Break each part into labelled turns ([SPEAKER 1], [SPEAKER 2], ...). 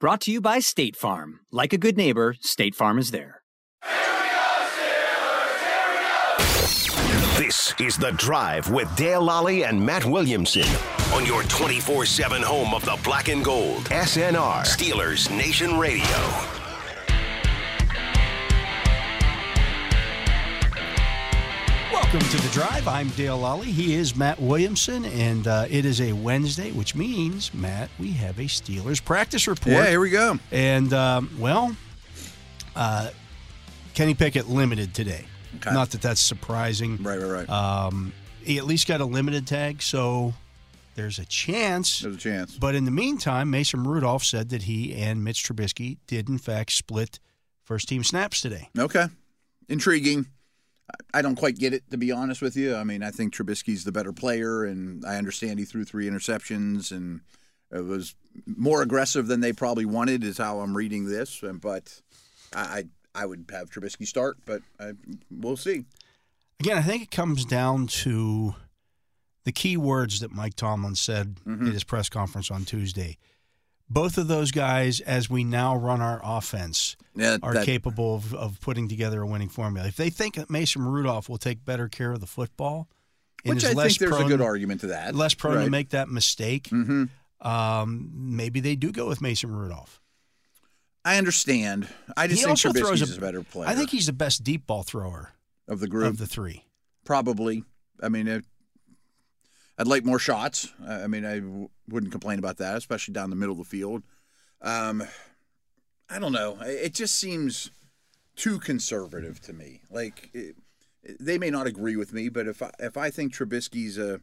[SPEAKER 1] Brought to you by State Farm. Like a good neighbor, State Farm is there.
[SPEAKER 2] This is The Drive with Dale Lally and Matt Williamson on your 24 7 home of the black and gold. SNR, Steelers Nation Radio.
[SPEAKER 3] Welcome to The Drive. I'm Dale Lally. He is Matt Williamson, and uh, it is a Wednesday, which means, Matt, we have a Steelers practice report.
[SPEAKER 4] Yeah, here we go.
[SPEAKER 3] And, um, well, uh, Kenny Pickett limited today.
[SPEAKER 4] Okay.
[SPEAKER 3] Not that that's surprising.
[SPEAKER 4] Right, right, right.
[SPEAKER 3] Uh, He at least got a limited tag, so there's a chance.
[SPEAKER 4] There's a chance.
[SPEAKER 3] But in the meantime, Mason Rudolph said that he and Mitch Trubisky did, in fact, split first team snaps today.
[SPEAKER 4] Okay. Intriguing. I I don't quite get it, to be honest with you. I mean, I think Trubisky's the better player, and I understand he threw three interceptions and it was more aggressive than they probably wanted, is how I'm reading this. And- But I, I, I would have Trubisky start, but I, we'll see.
[SPEAKER 3] Again, I think it comes down to the key words that Mike Tomlin said
[SPEAKER 4] Mm-hmm.
[SPEAKER 3] at his press conference on Tuesday. Both of those guys, as we now run our offense,
[SPEAKER 4] Yeah,
[SPEAKER 3] are
[SPEAKER 4] that-
[SPEAKER 3] capable of, of putting together a winning formula. If they think that Mason Rudolph will take better care of the football, and
[SPEAKER 4] Which
[SPEAKER 3] is
[SPEAKER 4] I
[SPEAKER 3] less
[SPEAKER 4] think there's
[SPEAKER 3] prone,
[SPEAKER 4] a good argument to that.
[SPEAKER 3] less prone
[SPEAKER 4] Right. Mm-hmm.
[SPEAKER 3] to make that mistake, um, maybe they do go with Mason Rudolph.
[SPEAKER 4] I understand. I just
[SPEAKER 3] he
[SPEAKER 4] think
[SPEAKER 3] also throws
[SPEAKER 4] Trubisky's
[SPEAKER 3] a
[SPEAKER 4] a better player.
[SPEAKER 3] I think he's the best deep ball thrower
[SPEAKER 4] of the group.
[SPEAKER 3] of the three.
[SPEAKER 4] Probably. I mean, it, I'd like more shots. I I mean, I w- wouldn't complain about that, especially down the middle of the field. Um, I don't know. I- It just seems too conservative to me. Like it, they may not agree with me, but if I, if I think Trubisky's a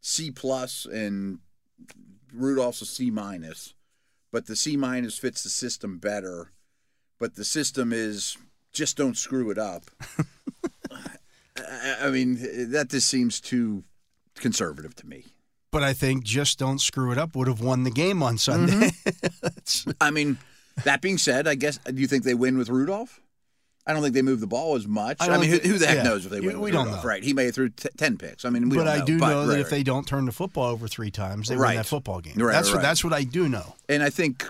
[SPEAKER 4] C plus and Rudolph's a C minus, but the C minus fits the system better, but the system is just don't screw it up. I I mean, eh, that just seems too conservative to me.
[SPEAKER 3] But I think just don't screw it up would have won the game on
[SPEAKER 4] Mm-hmm.
[SPEAKER 3] Sunday.
[SPEAKER 4] I mean, that being said, I guess do you think they win with Rudolph? I don't think they move the ball as much.
[SPEAKER 3] I
[SPEAKER 4] I,
[SPEAKER 3] don't
[SPEAKER 4] mean, who,
[SPEAKER 3] thi-
[SPEAKER 4] who the heck
[SPEAKER 3] yeah.
[SPEAKER 4] knows if they
[SPEAKER 3] We-
[SPEAKER 4] win?
[SPEAKER 3] we
[SPEAKER 4] with
[SPEAKER 3] don't
[SPEAKER 4] Rudolph,
[SPEAKER 3] know.
[SPEAKER 4] right? He may have threw t- ten picks. I mean, we
[SPEAKER 3] but
[SPEAKER 4] don't
[SPEAKER 3] I
[SPEAKER 4] know.
[SPEAKER 3] do
[SPEAKER 4] But-
[SPEAKER 3] know that
[SPEAKER 4] right,
[SPEAKER 3] if they
[SPEAKER 4] right.
[SPEAKER 3] don't turn the football over three times, they win
[SPEAKER 4] Right.
[SPEAKER 3] that football game.
[SPEAKER 4] Right,
[SPEAKER 3] that's what
[SPEAKER 4] right.
[SPEAKER 3] that's what I do know.
[SPEAKER 4] and I think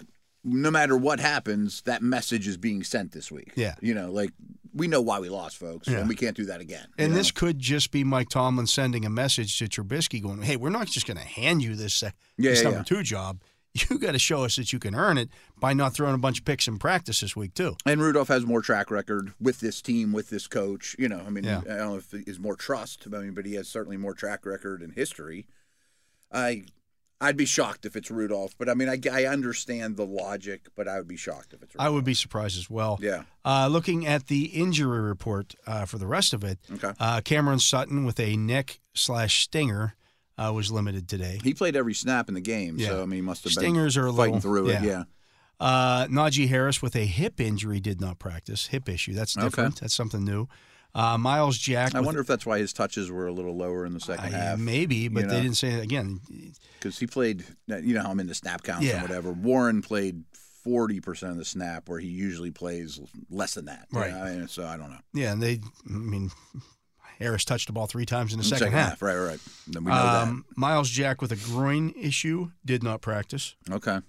[SPEAKER 4] no matter what happens, that message is being sent this week.
[SPEAKER 3] Yeah.
[SPEAKER 4] you know, like we know why we lost, folks,
[SPEAKER 3] Yeah.
[SPEAKER 4] and we can't do that again.
[SPEAKER 3] And
[SPEAKER 4] you
[SPEAKER 3] this
[SPEAKER 4] know?
[SPEAKER 3] could just be Mike Tomlin sending a message to Trubisky, going, "Hey, we're not just going to hand you this, uh,
[SPEAKER 4] Yeah,
[SPEAKER 3] this
[SPEAKER 4] yeah,
[SPEAKER 3] number
[SPEAKER 4] yeah.
[SPEAKER 3] two job. You got to show us that you can earn it by not throwing a bunch of picks in practice this week too."
[SPEAKER 4] And Rudolph has more track record with this team, with this coach. You know, I mean,
[SPEAKER 3] Yeah.
[SPEAKER 4] I don't know if is more trust. I mean, but he has certainly more track record and history. I, I'd be shocked if it's Rudolph. But I mean, I, I understand the logic, but I would be shocked if it's. Rudolph.
[SPEAKER 3] I would be surprised as well.
[SPEAKER 4] Yeah.
[SPEAKER 3] Uh, looking at the injury report uh, for the rest of it,
[SPEAKER 4] Okay.
[SPEAKER 3] uh, Cameron Sutton with a neck slash stinger uh, was limited today.
[SPEAKER 4] He played every snap in the game,
[SPEAKER 3] Yeah.
[SPEAKER 4] so I mean, he must have
[SPEAKER 3] Stingers
[SPEAKER 4] been
[SPEAKER 3] are a
[SPEAKER 4] fighting
[SPEAKER 3] little-
[SPEAKER 4] through it.
[SPEAKER 3] yeah.
[SPEAKER 4] Yeah.
[SPEAKER 3] Uh, Najee Harris with a hip injury did not practice. Hip issue. That's
[SPEAKER 4] Okay.
[SPEAKER 3] different. That's something new. Uh, Miles Jack.
[SPEAKER 4] I
[SPEAKER 3] with-
[SPEAKER 4] wonder if that's why his touches were a little lower in the second
[SPEAKER 3] Uh,
[SPEAKER 4] half.
[SPEAKER 3] maybe, but
[SPEAKER 4] you
[SPEAKER 3] they
[SPEAKER 4] know?
[SPEAKER 3] didn't say it again.
[SPEAKER 4] because he played. You know how I'm into snap counts
[SPEAKER 3] Yeah.
[SPEAKER 4] and whatever. Warren played forty percent of the snap, where he usually plays less than that. you
[SPEAKER 3] Right.
[SPEAKER 4] know? And so I don't know.
[SPEAKER 3] Yeah, and they. I mean, Harris touched the ball three times in the second, half.
[SPEAKER 4] right, right. Then we know
[SPEAKER 3] Um, Miles Jack with a groin issue did not practice.
[SPEAKER 4] that. Okay.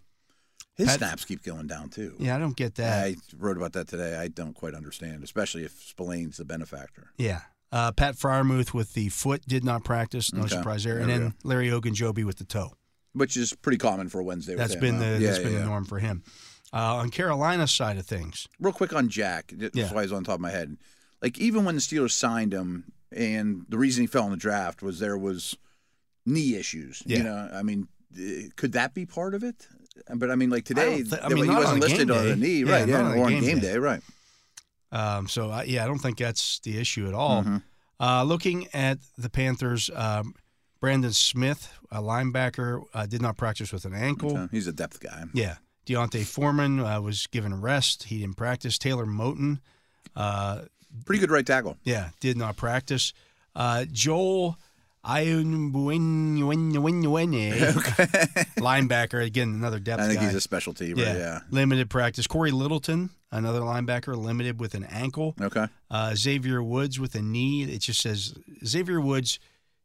[SPEAKER 4] His
[SPEAKER 3] Pat-
[SPEAKER 4] snaps keep going down too.
[SPEAKER 3] Yeah, I don't get that.
[SPEAKER 4] I wrote about that today. I don't quite understand, especially if Spillane's the benefactor.
[SPEAKER 3] Yeah. Uh, Pat Fryermuth with the foot did not practice. No
[SPEAKER 4] Okay.
[SPEAKER 3] surprise there. And
[SPEAKER 4] There we
[SPEAKER 3] then Larry Ogunjobi with the toe.
[SPEAKER 4] Which is pretty common for a Wednesday.
[SPEAKER 3] That's
[SPEAKER 4] with
[SPEAKER 3] been
[SPEAKER 4] him, huh?
[SPEAKER 3] the
[SPEAKER 4] yeah,
[SPEAKER 3] that's been
[SPEAKER 4] yeah,
[SPEAKER 3] the
[SPEAKER 4] yeah.
[SPEAKER 3] norm for him. Uh, on Carolina's side of things,
[SPEAKER 4] Real quick on Jack, that's
[SPEAKER 3] Yeah.
[SPEAKER 4] why he's on top of my head. Like even when the Steelers signed him, and the reason he fell in the draft was there was knee issues.
[SPEAKER 3] Yeah.
[SPEAKER 4] You know, I mean, eh, could that be part of it? But I mean, like
[SPEAKER 3] don't
[SPEAKER 4] today,
[SPEAKER 3] thi- I
[SPEAKER 4] the
[SPEAKER 3] mean,
[SPEAKER 4] way he
[SPEAKER 3] not on
[SPEAKER 4] wasn't
[SPEAKER 3] a
[SPEAKER 4] listed
[SPEAKER 3] game
[SPEAKER 4] on
[SPEAKER 3] day.
[SPEAKER 4] a knee,
[SPEAKER 3] Yeah,
[SPEAKER 4] right?
[SPEAKER 3] not on a
[SPEAKER 4] or on
[SPEAKER 3] game
[SPEAKER 4] game,
[SPEAKER 3] day.
[SPEAKER 4] day. right?
[SPEAKER 3] um, so I, yeah, I don't think that's the issue at all. Uh, looking at the Panthers, um, Brandon Smith, a linebacker, uh, did not practice with an ankle.
[SPEAKER 4] So he's a depth guy.
[SPEAKER 3] Yeah. Deontay Foreman uh, was given rest. He didn't practice. Taylor Moten, uh,
[SPEAKER 4] Pretty good right tackle.
[SPEAKER 3] yeah, did not practice. Uh, Joel Ayunbuenyuenyuenyuenye, linebacker, again, another depth
[SPEAKER 4] I think
[SPEAKER 3] guy.
[SPEAKER 4] he's a specialty. Right? Yeah.
[SPEAKER 3] Limited practice. Corey Littleton, another linebacker, limited with an ankle.
[SPEAKER 4] Okay.
[SPEAKER 3] Uh, Xavier Woods with a knee. It just says Xavier Woods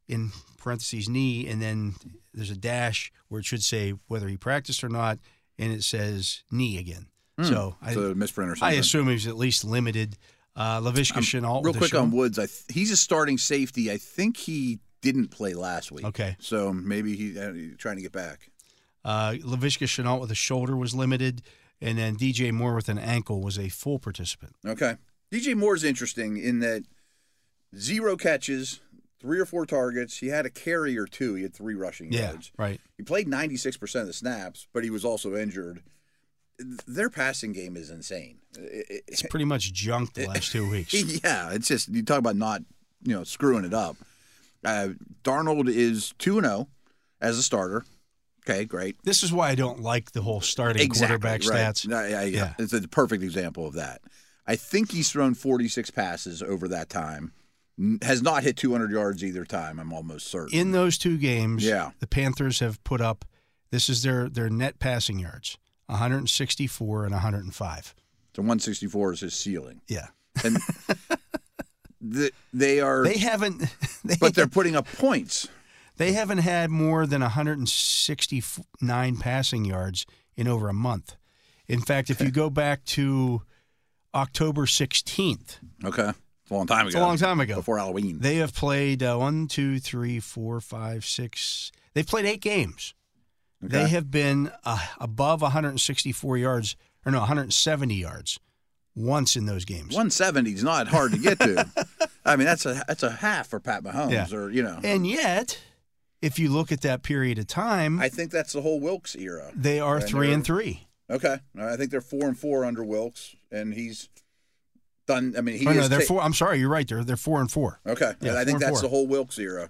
[SPEAKER 3] in parentheses knee, and then there's a dash where it should say whether he practiced or not, and it says knee again. So I,
[SPEAKER 4] Hmm. so misprint or
[SPEAKER 3] I
[SPEAKER 4] something. Um,
[SPEAKER 3] assume he's at least limited. Uh, Lavishka Chenault.
[SPEAKER 4] Real
[SPEAKER 3] with a
[SPEAKER 4] quick on
[SPEAKER 3] shoulder-
[SPEAKER 4] Woods, I th- he's a starting safety. I think he didn't play last week.
[SPEAKER 3] Okay.
[SPEAKER 4] So maybe he, uh, he's trying to get back.
[SPEAKER 3] uh, Lavishka Chenault with a shoulder was limited, and then DJ Moore with an ankle was a full participant.
[SPEAKER 4] Okay. DJ Moore's interesting in that zero catches, three or four targets. He had a carry or two. He had three rushing
[SPEAKER 3] Yeah,
[SPEAKER 4] yards.
[SPEAKER 3] right.
[SPEAKER 4] He played 96% of the snaps, but he was also injured. Th- Their passing game is insane. It- it-
[SPEAKER 3] It's pretty much junk the last
[SPEAKER 4] eh,
[SPEAKER 3] two weeks.
[SPEAKER 4] yeah, it's just you talk about not you know screwing it up. Uh, Darnold is two and zero as a starter. Okay, great.
[SPEAKER 3] This is why I don't like the whole starting quarterback
[SPEAKER 4] right.
[SPEAKER 3] stats.
[SPEAKER 4] No, yeah, yeah.
[SPEAKER 3] Yeah.
[SPEAKER 4] It's a perfect example of that. I think he's thrown 46 passes over that time. N- Has not hit 200 yards either time. I'm almost certain.
[SPEAKER 3] in those two games,
[SPEAKER 4] Yeah.
[SPEAKER 3] the Panthers have put up this is their their net passing yards, 164 and 105.
[SPEAKER 4] so 164 is his ceiling,
[SPEAKER 3] Yeah.
[SPEAKER 4] and th- they are.
[SPEAKER 3] They haven't they,
[SPEAKER 4] but they're putting up points.
[SPEAKER 3] they haven't had more than 169 passing yards in over a month. In fact, if you go back to October 16th,
[SPEAKER 4] Okay, it's a long time ago.
[SPEAKER 3] It's a long time ago.
[SPEAKER 4] Before Halloween.
[SPEAKER 3] they have played uh, one, two, three, four, five, six. They've played eight games. They
[SPEAKER 4] Okay.
[SPEAKER 3] have been uh, above 164 yards, or no, 170 yards once in those games.
[SPEAKER 4] 170 is not hard to get to. I mean, that's a that's a half for Pat Mahomes,
[SPEAKER 3] Yeah.
[SPEAKER 4] or you know,
[SPEAKER 3] And yet, if you look at that period of time,
[SPEAKER 4] I think that's the whole Wilkes era.
[SPEAKER 3] they are
[SPEAKER 4] And
[SPEAKER 3] three and
[SPEAKER 4] they're-
[SPEAKER 3] three.
[SPEAKER 4] Okay, I think they're four and four under Wilkes, and he's done. I mean, he
[SPEAKER 3] Oh, no,
[SPEAKER 4] is
[SPEAKER 3] they're
[SPEAKER 4] ta-
[SPEAKER 3] four. I'm sorry, you're right. They're they're four and four.
[SPEAKER 4] Okay,
[SPEAKER 3] Yeah,
[SPEAKER 4] and I
[SPEAKER 3] four
[SPEAKER 4] think
[SPEAKER 3] and
[SPEAKER 4] that's
[SPEAKER 3] four.
[SPEAKER 4] the whole Wilkes era,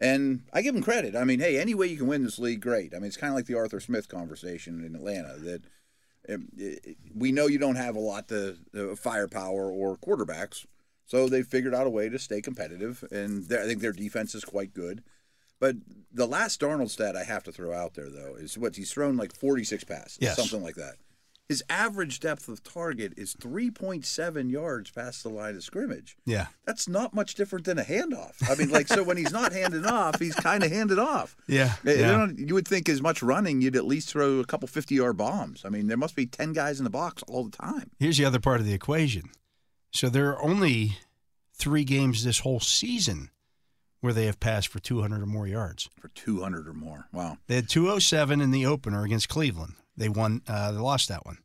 [SPEAKER 4] and I give him credit. I mean, hey, any way you can win this league, great. I mean, it's kind of like the Arthur Smith conversation in Atlanta that. um, it- it- We know you don't have a lot to uh, firepower or quarterbacks, so they figured out a way to stay competitive, and their- I think their defense is quite good. But the last Darnold stat I have to throw out there though is what he's thrown like 46 passes,
[SPEAKER 3] Yes.
[SPEAKER 4] something like that. His average depth of target is 3.7 yards past the line of scrimmage
[SPEAKER 3] Yeah,
[SPEAKER 4] that's not much different than a handoff. I mean, like, so when he's not handed off, he's kind of handed off.
[SPEAKER 3] yeah,
[SPEAKER 4] You,
[SPEAKER 3] yeah.
[SPEAKER 4] don't- you would think as much running, you'd at least throw a couple 50 yard bombs. I mean, there must be 10 guys in the box all the time.
[SPEAKER 3] Here's the other part of the equation. So there are only three games this whole season where they have passed for 200 or more yards.
[SPEAKER 4] For 200 or more. Wow.
[SPEAKER 3] They had 207 in the opener against Cleveland. They won. Uh, they lost that one.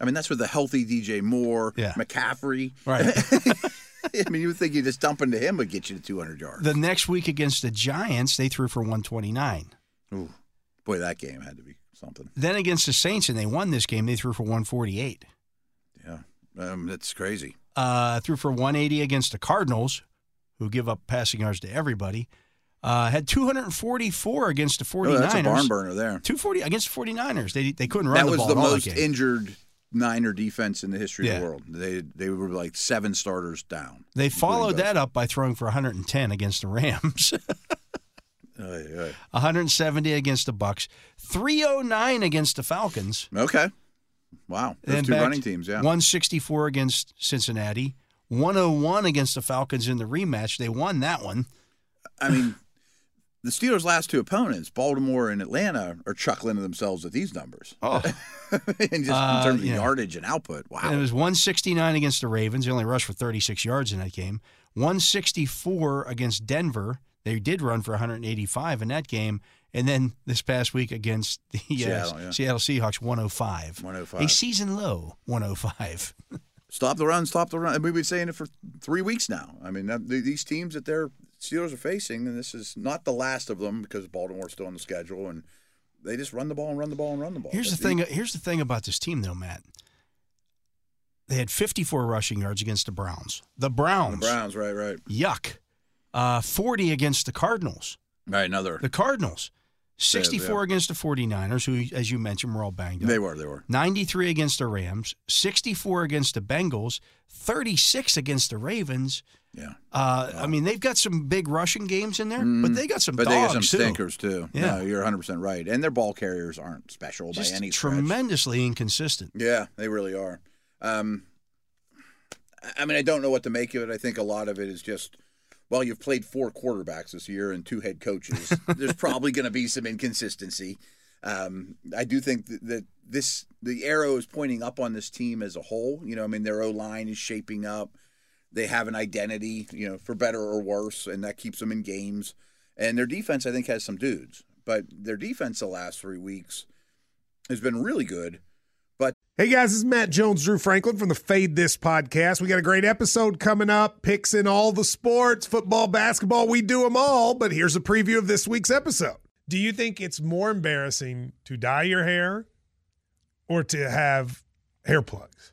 [SPEAKER 4] I mean, that's with a healthy DJ Moore,
[SPEAKER 3] Yeah.
[SPEAKER 4] McCaffrey.
[SPEAKER 3] Right.
[SPEAKER 4] I mean, you would think you just dumping to him would get you to 200 yards.
[SPEAKER 3] the next week against the Giants, they threw for 129.
[SPEAKER 4] Ooh. Boy, that game had to be something.
[SPEAKER 3] Then against the Saints, and they won this game. They threw for 148.
[SPEAKER 4] Yeah. Um, that's crazy.
[SPEAKER 3] Uh, threw for 180 against the Cardinals, who give up passing yards to everybody. Uh, had 244 against the 49ers.
[SPEAKER 4] Oh, that's a barn burner there.
[SPEAKER 3] 240 against the 49ers. They they couldn't run
[SPEAKER 4] That
[SPEAKER 3] the
[SPEAKER 4] was
[SPEAKER 3] ball
[SPEAKER 4] the
[SPEAKER 3] at all
[SPEAKER 4] most
[SPEAKER 3] that game.
[SPEAKER 4] injured Niner defense in the history
[SPEAKER 3] Yeah.
[SPEAKER 4] of the world. They they were like seven starters down.
[SPEAKER 3] They
[SPEAKER 4] including
[SPEAKER 3] followed
[SPEAKER 4] those.
[SPEAKER 3] that up by throwing for 110 against the Rams,
[SPEAKER 4] Aye, aye.
[SPEAKER 3] 170 against the Bucks, 309 against the Falcons.
[SPEAKER 4] Okay. Wow. Those
[SPEAKER 3] Then
[SPEAKER 4] two
[SPEAKER 3] back
[SPEAKER 4] running teams, yeah.
[SPEAKER 3] 164 against Cincinnati, 101 against the Falcons in the rematch. They won that one.
[SPEAKER 4] I mean, the Steelers' last two opponents, Baltimore and Atlanta, are chuckling to themselves at these numbers.
[SPEAKER 3] Oh,
[SPEAKER 4] and just
[SPEAKER 3] Uh,
[SPEAKER 4] in terms of
[SPEAKER 3] yeah.
[SPEAKER 4] yardage and output. Wow.
[SPEAKER 3] and it was 169 against the Ravens. They only rushed for 36 yards in that game. 164 against Denver. They did run for 185 in that game, And then this past week against the uh,
[SPEAKER 4] Seattle, yeah.
[SPEAKER 3] Seattle Seahawks, 105.
[SPEAKER 4] 105.
[SPEAKER 3] A season low, 105.
[SPEAKER 4] Stop the run, stop the run. I mean, we've been saying it for three weeks now. I mean, that, th- these teams that they're Steelers are facing, and this is not the last of them because Baltimore's still on the schedule, and they just run the ball and run the ball and run the ball.
[SPEAKER 3] Here's the
[SPEAKER 4] That's
[SPEAKER 3] thing. uh, Here's the thing about this team, though, Matt. They had 54 rushing yards against the Browns. The
[SPEAKER 4] The
[SPEAKER 3] Browns.
[SPEAKER 4] Browns, right, right,
[SPEAKER 3] Yuck. Uh, 40 against the Cardinals.
[SPEAKER 4] right. Another.
[SPEAKER 3] The Cardinals. 64
[SPEAKER 4] yeah.
[SPEAKER 3] against the 49ers, who, as you mentioned, were all banged up.
[SPEAKER 4] They were, they were.
[SPEAKER 3] 93 against the Rams, 64 against the Bengals, 36 against the Ravens.
[SPEAKER 4] Yeah.
[SPEAKER 3] Uh, I mean, they've got some big rushing games in there, but they got some
[SPEAKER 4] Mm, But they
[SPEAKER 3] dogs
[SPEAKER 4] got some
[SPEAKER 3] too.
[SPEAKER 4] stinkers too.
[SPEAKER 3] Yeah.
[SPEAKER 4] No, you're 100 percent right. And their ball carriers aren't special
[SPEAKER 3] Just
[SPEAKER 4] by any stretch.
[SPEAKER 3] tremendously inconsistent.
[SPEAKER 4] Yeah, they really are. Um, I- I mean, I don't know what to make of it. I think a lot of it is just, well, you've played four quarterbacks this year and two head coaches. There's probably going to be some inconsistency. Um, I do think that, that this the arrow is pointing up on this team as a whole. You know, I mean, their O line is shaping up. They have an identity, you know, for better or worse, and that keeps them in games. And their defense, I think, has some dudes. But their defense the last three weeks has been really good.
[SPEAKER 5] Hey guys, this is Matt Jones, Drew Franklin from the Fade This podcast. We got a great episode coming up, picks in all the sports, football, basketball, we do them all. But here's a preview of this week's episode. Do you think it's more embarrassing to dye your hair or to have hair plugs?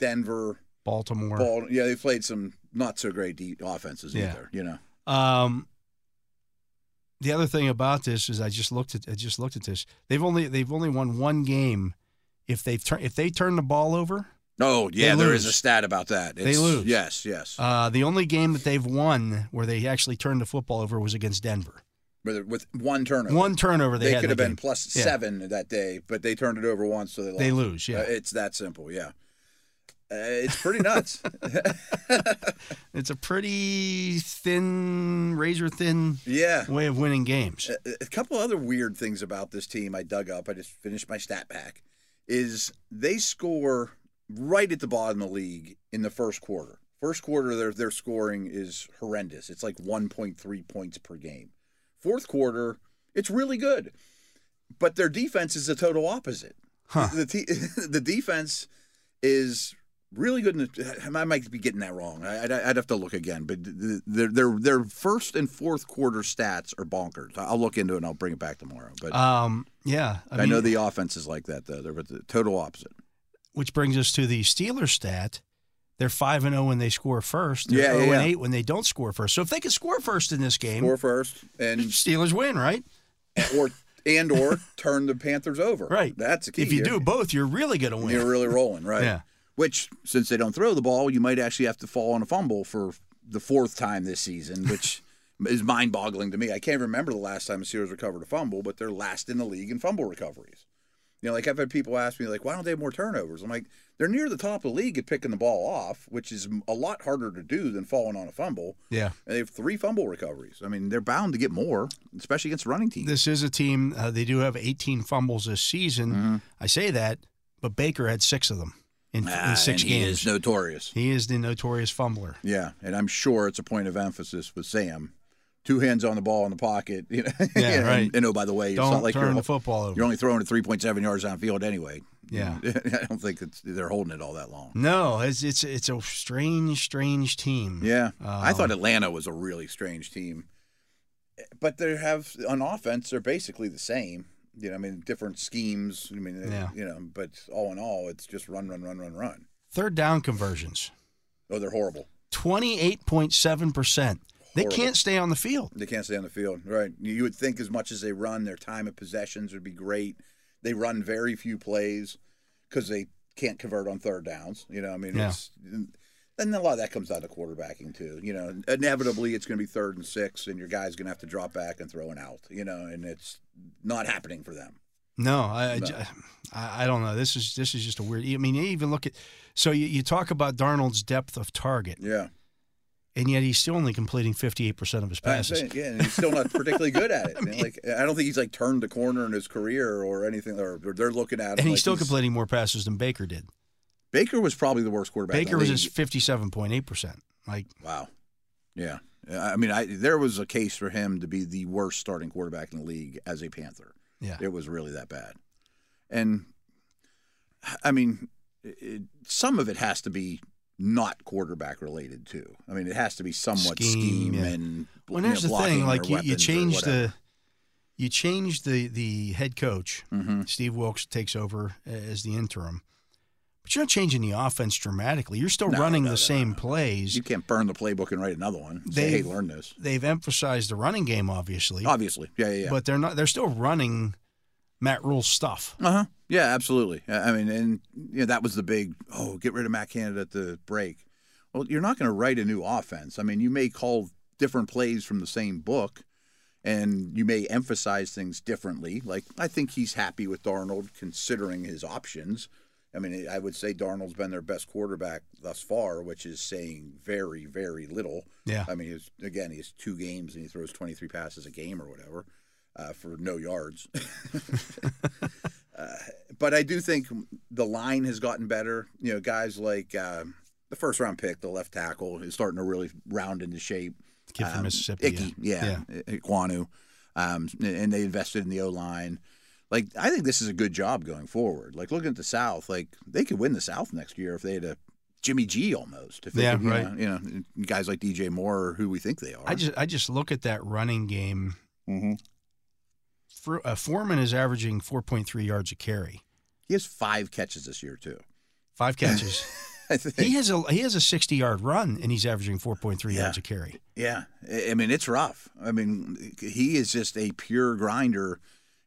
[SPEAKER 4] Denver.
[SPEAKER 3] Baltimore.
[SPEAKER 4] Ball, yeah, they've played some not so great de- offenses
[SPEAKER 3] Yeah.
[SPEAKER 4] either. You know,
[SPEAKER 3] Um, the other thing about this is I just looked at I just looked at this. They've only they've only won one game. If they've turn if they turn the ball over,
[SPEAKER 4] oh yeah,
[SPEAKER 3] They
[SPEAKER 4] there is a
[SPEAKER 3] lose.
[SPEAKER 4] stat about that. It's,
[SPEAKER 3] lose.
[SPEAKER 4] Yes, yes.
[SPEAKER 3] uh, the only game that they've won where they actually turned the football over was against Denver.
[SPEAKER 4] with, with one turnover,
[SPEAKER 3] One turnover they,
[SPEAKER 4] they,
[SPEAKER 3] had
[SPEAKER 4] could
[SPEAKER 3] in
[SPEAKER 4] have
[SPEAKER 3] that
[SPEAKER 4] been
[SPEAKER 3] game.
[SPEAKER 4] plus
[SPEAKER 3] Yeah.
[SPEAKER 4] seven that day, but they turned it over once, so they lost.
[SPEAKER 3] They lose, yeah.
[SPEAKER 4] Uh, it's that simple. Yeah, uh, it's pretty nuts.
[SPEAKER 3] It's a pretty thin, razor thin
[SPEAKER 4] yeah.
[SPEAKER 3] way of winning games.
[SPEAKER 4] A- A couple other weird things about this team I dug up. I just finished my stat pack. Is they score right at the bottom of the league in the first quarter. First quarter, their their scoring is horrendous. It's like 1.3 points per game. Fourth quarter, it's really good, but their defense is the total opposite. The the, the defense is really good. In the, I might be getting that wrong. I, I'd, I'd have to look again. But th- th- their their their first and fourth quarter stats are bonkers. I'll look into it and I'll bring it back tomorrow. But
[SPEAKER 3] Um, yeah,
[SPEAKER 4] I,
[SPEAKER 3] mean,
[SPEAKER 4] know the offense is like that though. They're the total opposite.
[SPEAKER 3] which brings us to the Steelers stat. They're five and zero when they score first. They're
[SPEAKER 4] Yeah, yeah,
[SPEAKER 3] zero and
[SPEAKER 4] yeah.
[SPEAKER 3] eight when they don't score first. So if they could score first in this game,
[SPEAKER 4] Score first and
[SPEAKER 3] Steelers win, right?
[SPEAKER 4] or and or turn the Panthers over.
[SPEAKER 3] Right.
[SPEAKER 4] That's the key.
[SPEAKER 3] If you do
[SPEAKER 4] You're-
[SPEAKER 3] both, you're really going to win.
[SPEAKER 4] you're really rolling, right?
[SPEAKER 3] Yeah.
[SPEAKER 4] Which since they don't throw the ball, you might actually have to fall on a fumble for the fourth time this season, which is mind-boggling to me. I can't remember the last time the Steelers recovered a fumble, but they're last in the league in fumble recoveries. You know, like I've had people ask me, like, why don't they have more turnovers? I'm like, they're near the top of the league at picking the ball off, which is a lot harder to do than falling on a fumble.
[SPEAKER 3] Yeah.
[SPEAKER 4] And they have three fumble recoveries. I mean, they're bound to get more, especially against running teams.
[SPEAKER 3] This is a team. Uh, they do have 18 fumbles this season.
[SPEAKER 4] Mm-hmm.
[SPEAKER 3] I say that, but Baker had six of them in,
[SPEAKER 4] Ah,
[SPEAKER 3] in six
[SPEAKER 4] and He
[SPEAKER 3] games.
[SPEAKER 4] is notorious.
[SPEAKER 3] he is the notorious fumbler.
[SPEAKER 4] Yeah, and I'm sure it's a point of emphasis with Sam. Two hands on the ball in the pocket. You know,
[SPEAKER 3] Yeah,
[SPEAKER 4] and,
[SPEAKER 3] right.
[SPEAKER 4] and oh, by the way, it's
[SPEAKER 3] Don't
[SPEAKER 4] not like
[SPEAKER 3] turn
[SPEAKER 4] you're,
[SPEAKER 3] the football over.
[SPEAKER 4] you're only throwing it 3.7 yards downfield anyway.
[SPEAKER 3] Yeah.
[SPEAKER 4] I don't think it's, they're holding it all that long.
[SPEAKER 3] No, it's it's it's a strange, strange team.
[SPEAKER 4] Yeah, I
[SPEAKER 3] Um,
[SPEAKER 4] thought Atlanta was a really strange team. but they have on offense they're basically the same. You know, I mean, different schemes. I mean,
[SPEAKER 3] Yeah.
[SPEAKER 4] you know, but all in all, it's just run, run, run, run, run.
[SPEAKER 3] Third down conversions,
[SPEAKER 4] Oh, they're horrible.
[SPEAKER 3] 28.7%. They
[SPEAKER 4] Horrible.
[SPEAKER 3] can't stay on the field.
[SPEAKER 4] They can't stay on the field, right? You you would think as much as they run, their time of possessions would be great. They run very few plays because they can't convert on third downs. You know, I mean,
[SPEAKER 3] Yeah.
[SPEAKER 4] it's, and a lot of that comes out of quarterbacking too. You know, inevitably it's going to be third and six, and your guy's going to have to drop back and throw an out. You know, and it's not happening for them.
[SPEAKER 3] No, I, I
[SPEAKER 4] No.
[SPEAKER 3] j- I- I don't know. This is this is just a weird. I mean, you even look at. So you, you talk about Darnold's depth of target,
[SPEAKER 4] Yeah,
[SPEAKER 3] and yet he's still only completing 58% of his
[SPEAKER 4] I'm
[SPEAKER 3] passes.
[SPEAKER 4] saying, yeah, and he's still not particularly good at it. like, I don't think he's like turned the corner in his career or anything. Or, or they're looking at him.
[SPEAKER 3] and he's
[SPEAKER 4] like
[SPEAKER 3] still completing more passes than Baker did.
[SPEAKER 4] Baker was probably the worst quarterback. in
[SPEAKER 3] Baker
[SPEAKER 4] the
[SPEAKER 3] was
[SPEAKER 4] league.
[SPEAKER 3] at 57.8%. Like,
[SPEAKER 4] Wow. Yeah. I I mean, I there was a case for him to be the worst starting quarterback in the league as a Panther.
[SPEAKER 3] yeah.
[SPEAKER 4] It was really that bad. And I mean, it, some of it has to be not quarterback related too. I mean, it has to be somewhat
[SPEAKER 3] Scheme,
[SPEAKER 4] scheme,
[SPEAKER 3] yeah.
[SPEAKER 4] and
[SPEAKER 3] Well,
[SPEAKER 4] you know,
[SPEAKER 3] there's the
[SPEAKER 4] blocking
[SPEAKER 3] thing.
[SPEAKER 4] or
[SPEAKER 3] Like, you, you
[SPEAKER 4] weapons or
[SPEAKER 3] change
[SPEAKER 4] whatever.
[SPEAKER 3] the. You change the, the head coach.
[SPEAKER 4] Mhm.
[SPEAKER 3] Steve Wilkes takes over as the interim. But you're not changing the offense dramatically. You're still
[SPEAKER 4] No,
[SPEAKER 3] running
[SPEAKER 4] no,
[SPEAKER 3] the
[SPEAKER 4] no,
[SPEAKER 3] same
[SPEAKER 4] no.
[SPEAKER 3] plays.
[SPEAKER 4] You can't burn the playbook and write another one. Say, hey,
[SPEAKER 3] They've-
[SPEAKER 4] learn this.
[SPEAKER 3] They've emphasized the running game, obviously.
[SPEAKER 4] Obviously, yeah, Oh, yeah, yeah.
[SPEAKER 3] but they're not. They're still running Matt Rule stuff.
[SPEAKER 4] Uh huh. Yeah, absolutely. I I mean, and you know, that was the big oh, get rid of Matt Canada at the break. Well, you're not going to write a new offense. I mean, you may call different plays from the same book, and you may emphasize things differently. Like I think he's happy with Darnold considering his options. I mean, I would say Darnold's been their best quarterback thus far, which is saying very, very little.
[SPEAKER 3] Yeah.
[SPEAKER 4] I mean, he's, again, he has two games and he throws 23 passes a game or whatever uh, for no yards. uh, but I do think the line has gotten better. You know, guys like uh, the first round pick, the left tackle, is starting to really round into shape.
[SPEAKER 3] Kid from
[SPEAKER 4] Um,
[SPEAKER 3] Mississippi.
[SPEAKER 4] Icky, yeah, I- Iquanu, um, and they invested in the O line. Like I think this is a good job going forward. Like looking at the South, like they could win the South next year if they had a Jimmy G almost. If they
[SPEAKER 3] Yeah,
[SPEAKER 4] could, you
[SPEAKER 3] right.
[SPEAKER 4] Know, you know, guys like DJ Moore, or who we think they are.
[SPEAKER 3] I just I just look at that running game.
[SPEAKER 4] mm-hmm.
[SPEAKER 3] For, uh, Foreman is averaging 4.3 yards a carry,
[SPEAKER 4] he has five catches this year too.
[SPEAKER 3] five catches.
[SPEAKER 4] I think.
[SPEAKER 3] he has a he has a 60 yard run, and he's averaging 4.3
[SPEAKER 4] Yeah.
[SPEAKER 3] yards a carry.
[SPEAKER 4] Yeah, I I mean it's rough. I mean he is just a pure grinder,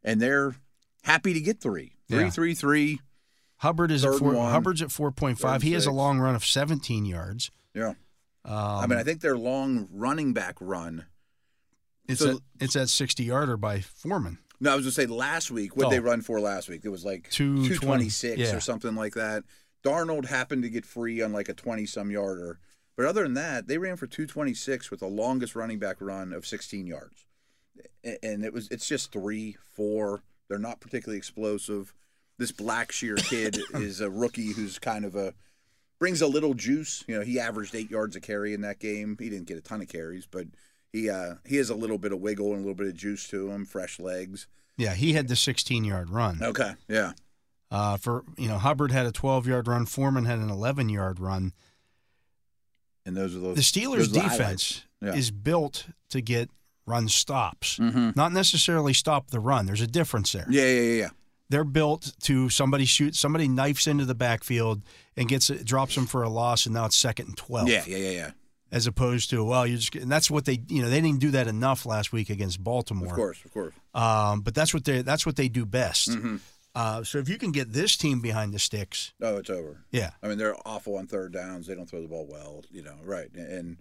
[SPEAKER 4] and they're happy to get three,
[SPEAKER 3] Yeah.
[SPEAKER 4] three, three, three.
[SPEAKER 3] Hubbard is at
[SPEAKER 4] Third
[SPEAKER 3] four,
[SPEAKER 4] one,
[SPEAKER 3] Hubbard's at 4.5. He has a
[SPEAKER 4] 36.
[SPEAKER 3] long run of 17 yards.
[SPEAKER 4] Yeah,
[SPEAKER 3] Um,
[SPEAKER 4] I mean I think their long running back run.
[SPEAKER 3] it's
[SPEAKER 4] so-
[SPEAKER 3] at, it's that 60 yarder by Foreman.
[SPEAKER 4] No, I was gonna say last week what would they
[SPEAKER 3] Oh.
[SPEAKER 4] run for last week. It was like
[SPEAKER 3] 220,
[SPEAKER 4] twenty six
[SPEAKER 3] yeah.
[SPEAKER 4] or something like that. Darnold happened to get free on like a twenty some yarder, but other than that, they ran for two twenty six with the longest running back run of sixteen yards, A- and it was it's just three four. They're not particularly explosive. This Blackshear kid is a rookie who's kind of a brings a little juice. You know, he averaged eight yards a carry in that game. He didn't get a ton of carries, but he uh, he has a little bit of wiggle and a little bit of juice to him. Fresh legs.
[SPEAKER 3] Yeah, he had the 16 yard run.
[SPEAKER 4] Okay. Yeah.
[SPEAKER 3] Uh, for you know, Hubbard had a 12 yard run. Foreman had an 11 yard run.
[SPEAKER 4] And those are those.
[SPEAKER 3] The Steelers'
[SPEAKER 4] those are the
[SPEAKER 3] defense
[SPEAKER 4] Yeah.
[SPEAKER 3] is built to get run stops,
[SPEAKER 4] Mhm.
[SPEAKER 3] not necessarily stop the run. There's a difference there.
[SPEAKER 4] Yeah, yeah, yeah, yeah.
[SPEAKER 3] They're built to somebody shoots, somebody knifes into the backfield and gets it, drops them for a loss, and now it's second and 12.
[SPEAKER 4] Yeah, yeah, yeah, yeah.
[SPEAKER 3] As opposed to, well, you're just, and that's what they, you know, they didn't do that enough last week against Baltimore.
[SPEAKER 4] Of course, of course.
[SPEAKER 3] Um, but that's what they, that's what they do best.
[SPEAKER 4] Mhm.
[SPEAKER 3] Uh, so if you can get this team behind the sticks,
[SPEAKER 4] Oh, it's over.
[SPEAKER 3] yeah.
[SPEAKER 4] I mean, they're awful on third downs. They don't throw the ball well, you know, right. And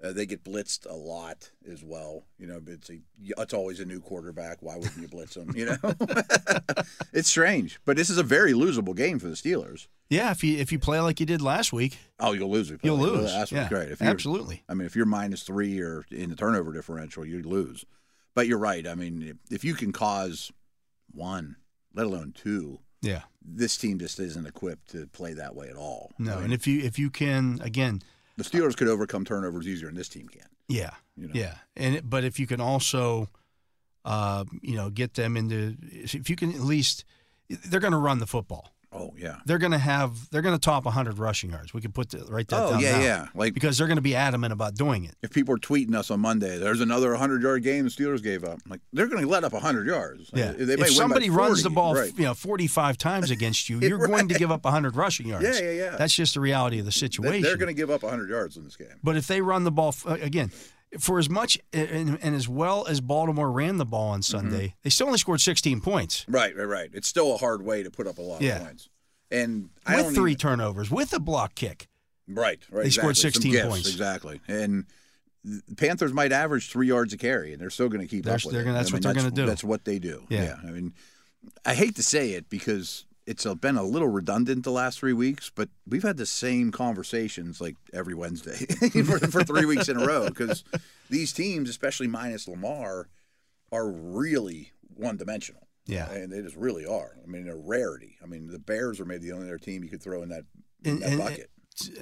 [SPEAKER 4] uh, they get blitzed a lot as well. You know, it's a, it's always a new quarterback. Why wouldn't you blitz them, you know? it's strange. But this is a very losable game for the Steelers.
[SPEAKER 3] Yeah, if you if you play like you did last week,
[SPEAKER 4] Oh, you'll lose. if you
[SPEAKER 3] you'll
[SPEAKER 4] play like
[SPEAKER 3] lose.
[SPEAKER 4] That's
[SPEAKER 3] yeah,
[SPEAKER 4] great. If you're-
[SPEAKER 3] absolutely.
[SPEAKER 4] I mean, if you're minus three or in the turnover differential, you lose. But you're right. I mean, if, if you can cause one, let alone two,
[SPEAKER 3] Yeah,
[SPEAKER 4] this team just isn't equipped to play that way at all.
[SPEAKER 3] no.
[SPEAKER 4] I mean,
[SPEAKER 3] and if you if you can again,
[SPEAKER 4] the Steelers could overcome turnovers easier, and this team can.
[SPEAKER 3] yeah,
[SPEAKER 4] You know?
[SPEAKER 3] yeah, and it- but if you can also, uh, you know, get them into if you can at least they're going to run the football.
[SPEAKER 4] Oh yeah.
[SPEAKER 3] They're going to have they're going to top 100 rushing yards. We can put the, write that
[SPEAKER 4] Oh
[SPEAKER 3] down.
[SPEAKER 4] yeah,
[SPEAKER 3] now.
[SPEAKER 4] yeah. Like
[SPEAKER 3] Because they're going to be adamant about doing it.
[SPEAKER 4] if people are tweeting us on Monday, there's another 100 yard game the Steelers gave up. Like they're going to let up 100 yards.
[SPEAKER 3] Yeah.
[SPEAKER 4] Uh, They may
[SPEAKER 3] if
[SPEAKER 4] win
[SPEAKER 3] somebody
[SPEAKER 4] by
[SPEAKER 3] runs the
[SPEAKER 4] 40,
[SPEAKER 3] ball,
[SPEAKER 4] right.
[SPEAKER 3] you know, 45 times against you, you're going to give up 100 rushing yards.
[SPEAKER 4] Yeah, yeah, yeah.
[SPEAKER 3] That's just the reality of the
[SPEAKER 4] They-
[SPEAKER 3] situation.
[SPEAKER 4] They're going to give up 100 yards in this game.
[SPEAKER 3] But if they run the ball uh, again, for as much and, and as well as Baltimore ran the ball on
[SPEAKER 4] Mm-hmm.
[SPEAKER 3] Sunday, they still only scored 16 points
[SPEAKER 4] Right, right, right. It's still a hard way to put up a lot
[SPEAKER 3] Yeah.
[SPEAKER 4] of points. And I
[SPEAKER 3] with
[SPEAKER 4] don't
[SPEAKER 3] three
[SPEAKER 4] even-
[SPEAKER 3] turnovers, with a block kick.
[SPEAKER 4] Right, right.
[SPEAKER 3] They scored
[SPEAKER 4] exactly. Some
[SPEAKER 3] 16
[SPEAKER 4] gifts,
[SPEAKER 3] points.
[SPEAKER 4] exactly. And the Panthers might average three yards a carry, and they're still going to keep
[SPEAKER 3] They're-
[SPEAKER 4] up. With
[SPEAKER 3] they're
[SPEAKER 4] it.
[SPEAKER 3] gonna- that's what
[SPEAKER 4] I mean,
[SPEAKER 3] they're
[SPEAKER 4] that's-
[SPEAKER 3] gonna do.
[SPEAKER 4] That's what they do.
[SPEAKER 3] Yeah.
[SPEAKER 4] I mean, I hate to say it because it's uh been a little redundant the last three weeks, but we've had the same conversations like every Wednesday for, for three weeks in a row because these teams, especially minus Lamar, are really one-dimensional.
[SPEAKER 3] Yeah.
[SPEAKER 4] and they just really are. I mean, they're rarity. I mean, the Bears are maybe the only other team you could throw in that, in
[SPEAKER 3] And-
[SPEAKER 4] that
[SPEAKER 3] and-
[SPEAKER 4] bucket.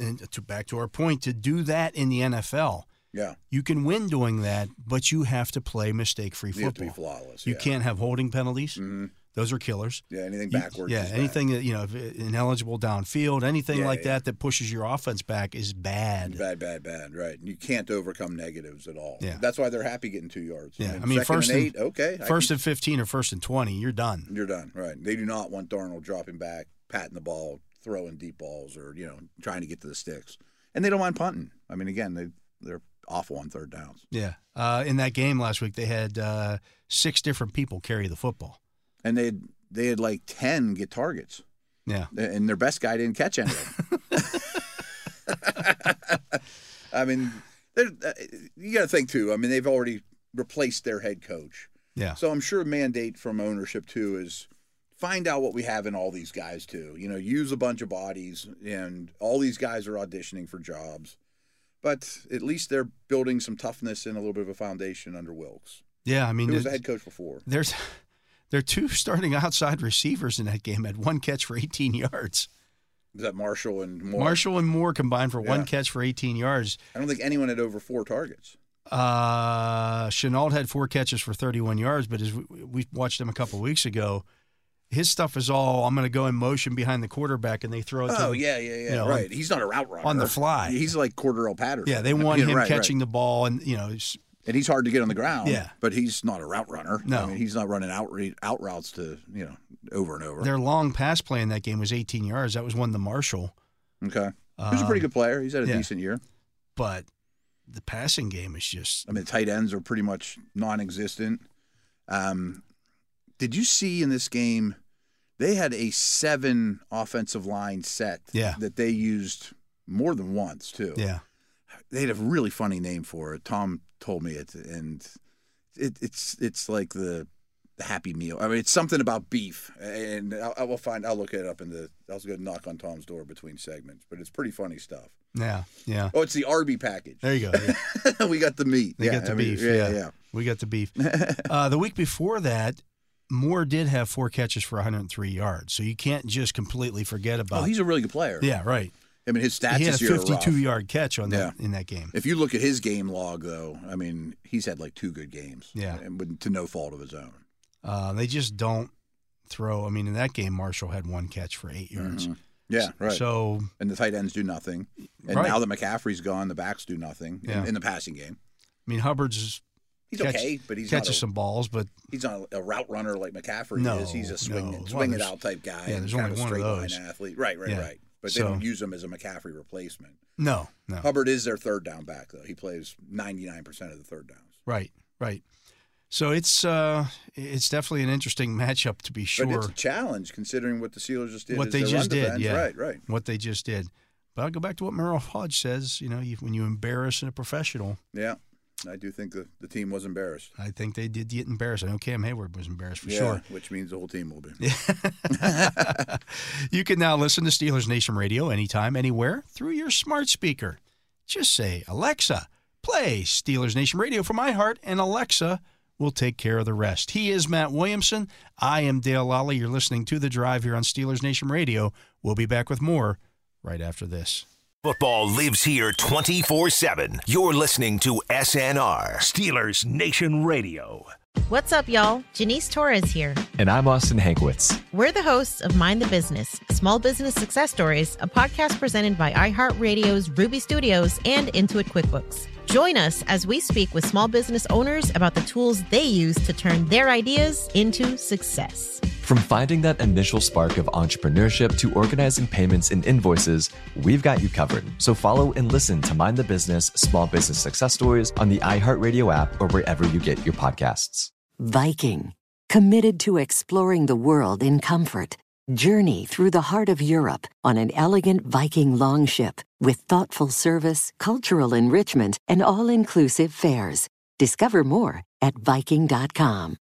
[SPEAKER 3] And to back to our point, to do that in the NFL,
[SPEAKER 4] Yeah,
[SPEAKER 3] you can win doing that, but you have to play mistake-free
[SPEAKER 4] you have to
[SPEAKER 3] football.
[SPEAKER 4] be flawless.
[SPEAKER 3] you
[SPEAKER 4] yeah.
[SPEAKER 3] can't have holding penalties;
[SPEAKER 4] Mhm.
[SPEAKER 3] those are killers.
[SPEAKER 4] Yeah, anything
[SPEAKER 3] You-
[SPEAKER 4] backwards.
[SPEAKER 3] yeah,
[SPEAKER 4] is bad.
[SPEAKER 3] anything that you know, if uh, ineligible downfield, anything
[SPEAKER 4] Yeah,
[SPEAKER 3] like
[SPEAKER 4] yeah.
[SPEAKER 3] that that pushes your offense back is bad.
[SPEAKER 4] Bad, bad, bad. Right. And you can't overcome negatives at all.
[SPEAKER 3] Yeah.
[SPEAKER 4] That's why they're happy getting two yards.
[SPEAKER 3] Yeah,
[SPEAKER 4] And
[SPEAKER 3] I mean,
[SPEAKER 4] second
[SPEAKER 3] first
[SPEAKER 4] and
[SPEAKER 3] and-
[SPEAKER 4] eight. okay. I
[SPEAKER 3] First
[SPEAKER 4] can-
[SPEAKER 3] and 15 or first and 20, you're done.
[SPEAKER 4] you're done. Right. They do not want Darnold dropping back, patting the ball, throwing deep balls, or you know, trying to get to the sticks. And they don't mind punting. I mean, again, they they're awful on third downs.
[SPEAKER 3] Yeah. Uh, in that game last week, they had uh, six different people carry the football.
[SPEAKER 4] And they had, they had like ten get targets,
[SPEAKER 3] Yeah.
[SPEAKER 4] and their best guy didn't catch any. of them. I mean, they're, uh, you got to think too. I mean, they've already replaced their head coach.
[SPEAKER 3] Yeah.
[SPEAKER 4] So I'm sure a mandate from ownership too is find out what we have in all these guys too. You know, use a bunch of bodies, and all these guys are auditioning for jobs. But at least they're building some toughness and a little bit of a foundation under Wilkes,
[SPEAKER 3] Yeah. I
[SPEAKER 4] who
[SPEAKER 3] mean,
[SPEAKER 4] was the
[SPEAKER 3] th-
[SPEAKER 4] head coach before.
[SPEAKER 3] there's there are two starting outside receivers in that game had one catch for 18 yards.
[SPEAKER 4] Was that Marshall and Moore?
[SPEAKER 3] Marshall and Moore combined for one
[SPEAKER 4] Yeah.
[SPEAKER 3] catch for 18 yards.
[SPEAKER 4] I don't think anyone had over four targets.
[SPEAKER 3] Uh, Chenault had four catches for 31 yards, but as we, we watched him a couple weeks ago, his stuff is all I'm going to go in motion behind the quarterback and they throw it to
[SPEAKER 4] Oh
[SPEAKER 3] him.
[SPEAKER 4] yeah, yeah, yeah.
[SPEAKER 3] you know,
[SPEAKER 4] right.
[SPEAKER 3] on-
[SPEAKER 4] He's not a route runner
[SPEAKER 3] on the fly.
[SPEAKER 4] He's like Cordero Patterson.
[SPEAKER 3] Yeah, they want
[SPEAKER 4] Yeah,
[SPEAKER 3] him
[SPEAKER 4] right,
[SPEAKER 3] catching
[SPEAKER 4] right.
[SPEAKER 3] the ball and, you know, s-
[SPEAKER 4] and he's hard to get on the ground.
[SPEAKER 3] Yeah.
[SPEAKER 4] but he's not a route runner.
[SPEAKER 3] No.
[SPEAKER 4] I mean, he's not running out re- out routes to you know over and over.
[SPEAKER 3] their long pass play in that game was 18 yards. That was one to Marshall.
[SPEAKER 4] Okay. He's a pretty
[SPEAKER 3] Um,
[SPEAKER 4] good player. He's had a
[SPEAKER 3] yeah.
[SPEAKER 4] decent year.
[SPEAKER 3] but the passing game is just
[SPEAKER 4] I mean, tight ends are pretty much non-existent. Um, did you see in this game they had a seven offensive line set
[SPEAKER 3] Yeah.
[SPEAKER 4] that they used more than once too.
[SPEAKER 3] yeah.
[SPEAKER 4] They had a really funny name for it. Tom told me it, and it, it's it's like the the Happy Meal. I mean, it's something about beef, and I, I will find. I'll look it up in the. I was going to knock on Tom's door between segments, but it's pretty funny stuff.
[SPEAKER 3] Yeah. Yeah.
[SPEAKER 4] Oh, it's the Arby package.
[SPEAKER 3] There you go. Yeah.
[SPEAKER 4] we got the meat.
[SPEAKER 3] They
[SPEAKER 4] yeah,
[SPEAKER 3] got the
[SPEAKER 4] I mean,
[SPEAKER 3] beef.
[SPEAKER 4] yeah,
[SPEAKER 3] yeah. We got the beef. uh, the week before that, Moore did have four catches for 103 yards. So you can't just completely forget
[SPEAKER 4] Oh,
[SPEAKER 3] about
[SPEAKER 4] he's a really good player.
[SPEAKER 3] Yeah, right.
[SPEAKER 4] I mean, his stats
[SPEAKER 3] he had a
[SPEAKER 4] this year are rough.
[SPEAKER 3] 52 yard catch on that in that game.
[SPEAKER 4] If you look at his game log, though, I mean, he's had like two good games.
[SPEAKER 3] Yeah.
[SPEAKER 4] and with- to no fault of his own.
[SPEAKER 3] Uh, they just don't throw. I mean, in that game, Marshall had one catch for eight yards.
[SPEAKER 4] Mm-hmm. Yeah, right.
[SPEAKER 3] So
[SPEAKER 4] and the tight ends do nothing. And
[SPEAKER 3] Right.
[SPEAKER 4] now that McCaffrey's gone, the backs do nothing in-
[SPEAKER 3] Yeah.
[SPEAKER 4] in, the passing game.
[SPEAKER 3] I mean, Hubbard's
[SPEAKER 4] He's
[SPEAKER 3] Catch-
[SPEAKER 4] okay, but he's not a,
[SPEAKER 3] catches some balls, but
[SPEAKER 4] he's not a route runner like McCaffrey
[SPEAKER 3] No,
[SPEAKER 4] is. He's a swing,
[SPEAKER 3] no. Well,
[SPEAKER 4] swing it
[SPEAKER 3] there's-
[SPEAKER 4] out type guy.
[SPEAKER 3] yeah,
[SPEAKER 4] and
[SPEAKER 3] there's
[SPEAKER 4] kind
[SPEAKER 3] only
[SPEAKER 4] of a
[SPEAKER 3] one of
[SPEAKER 4] straight line
[SPEAKER 3] those.
[SPEAKER 4] athlete. Right, right,
[SPEAKER 3] Yeah.
[SPEAKER 4] right. But
[SPEAKER 3] So-
[SPEAKER 4] they don't use him as a McCaffrey replacement.
[SPEAKER 3] no, no.
[SPEAKER 4] Hubbard is their third down back, though. He plays ninety nine percent of the third downs.
[SPEAKER 3] Right, right. So it's uh it's definitely an interesting matchup to be
[SPEAKER 4] But
[SPEAKER 3] sure
[SPEAKER 4] it's a challenge considering what the Steelers just did.
[SPEAKER 3] what
[SPEAKER 4] as
[SPEAKER 3] they
[SPEAKER 4] their
[SPEAKER 3] just
[SPEAKER 4] run
[SPEAKER 3] did.
[SPEAKER 4] defense.
[SPEAKER 3] Yeah,
[SPEAKER 4] Right, right.
[SPEAKER 3] What they just did. But I'll go back to what Merrill Hodge says. You know, you, when you embarrass a professional,
[SPEAKER 4] Yeah. I do think the, the team was embarrassed.
[SPEAKER 3] I think they did get embarrassed. I know Cam Hayward was embarrassed for
[SPEAKER 4] Yeah,
[SPEAKER 3] sure.
[SPEAKER 4] Which means the whole team will be.
[SPEAKER 3] you can now listen to Steelers Nation Radio anytime, anywhere through your smart speaker. Just say, Alexa, play Steelers Nation Radio from iHeart, and Alexa will take care of the rest. He is Matt Williamson. I am Dale Lally. You're listening to The Drive here on Steelers Nation Radio. We'll be back with more right after this.
[SPEAKER 2] Football lives here 24 7. You're listening to SNR, Steelers Nation Radio.
[SPEAKER 6] What's up, y'all? Janice Torres here.
[SPEAKER 7] And I'm Austin Hankwitz.
[SPEAKER 6] We're the hosts of Mind the Business Small Business Success Stories, a podcast presented by iHeartRadio's Ruby Studios and Intuit QuickBooks. Join us as we speak with small business owners about the tools they use to turn their ideas into success.
[SPEAKER 7] From finding that initial spark of entrepreneurship to organizing payments and invoices, we've got you covered. So follow and listen to Mind the Business Small Business Success Stories on the iHeartRadio app or wherever you get your podcasts.
[SPEAKER 8] Viking, committed to exploring the world in comfort. Journey through the heart of Europe on an elegant Viking longship with thoughtful service, cultural enrichment, and all inclusive fares. Discover more at Viking.com.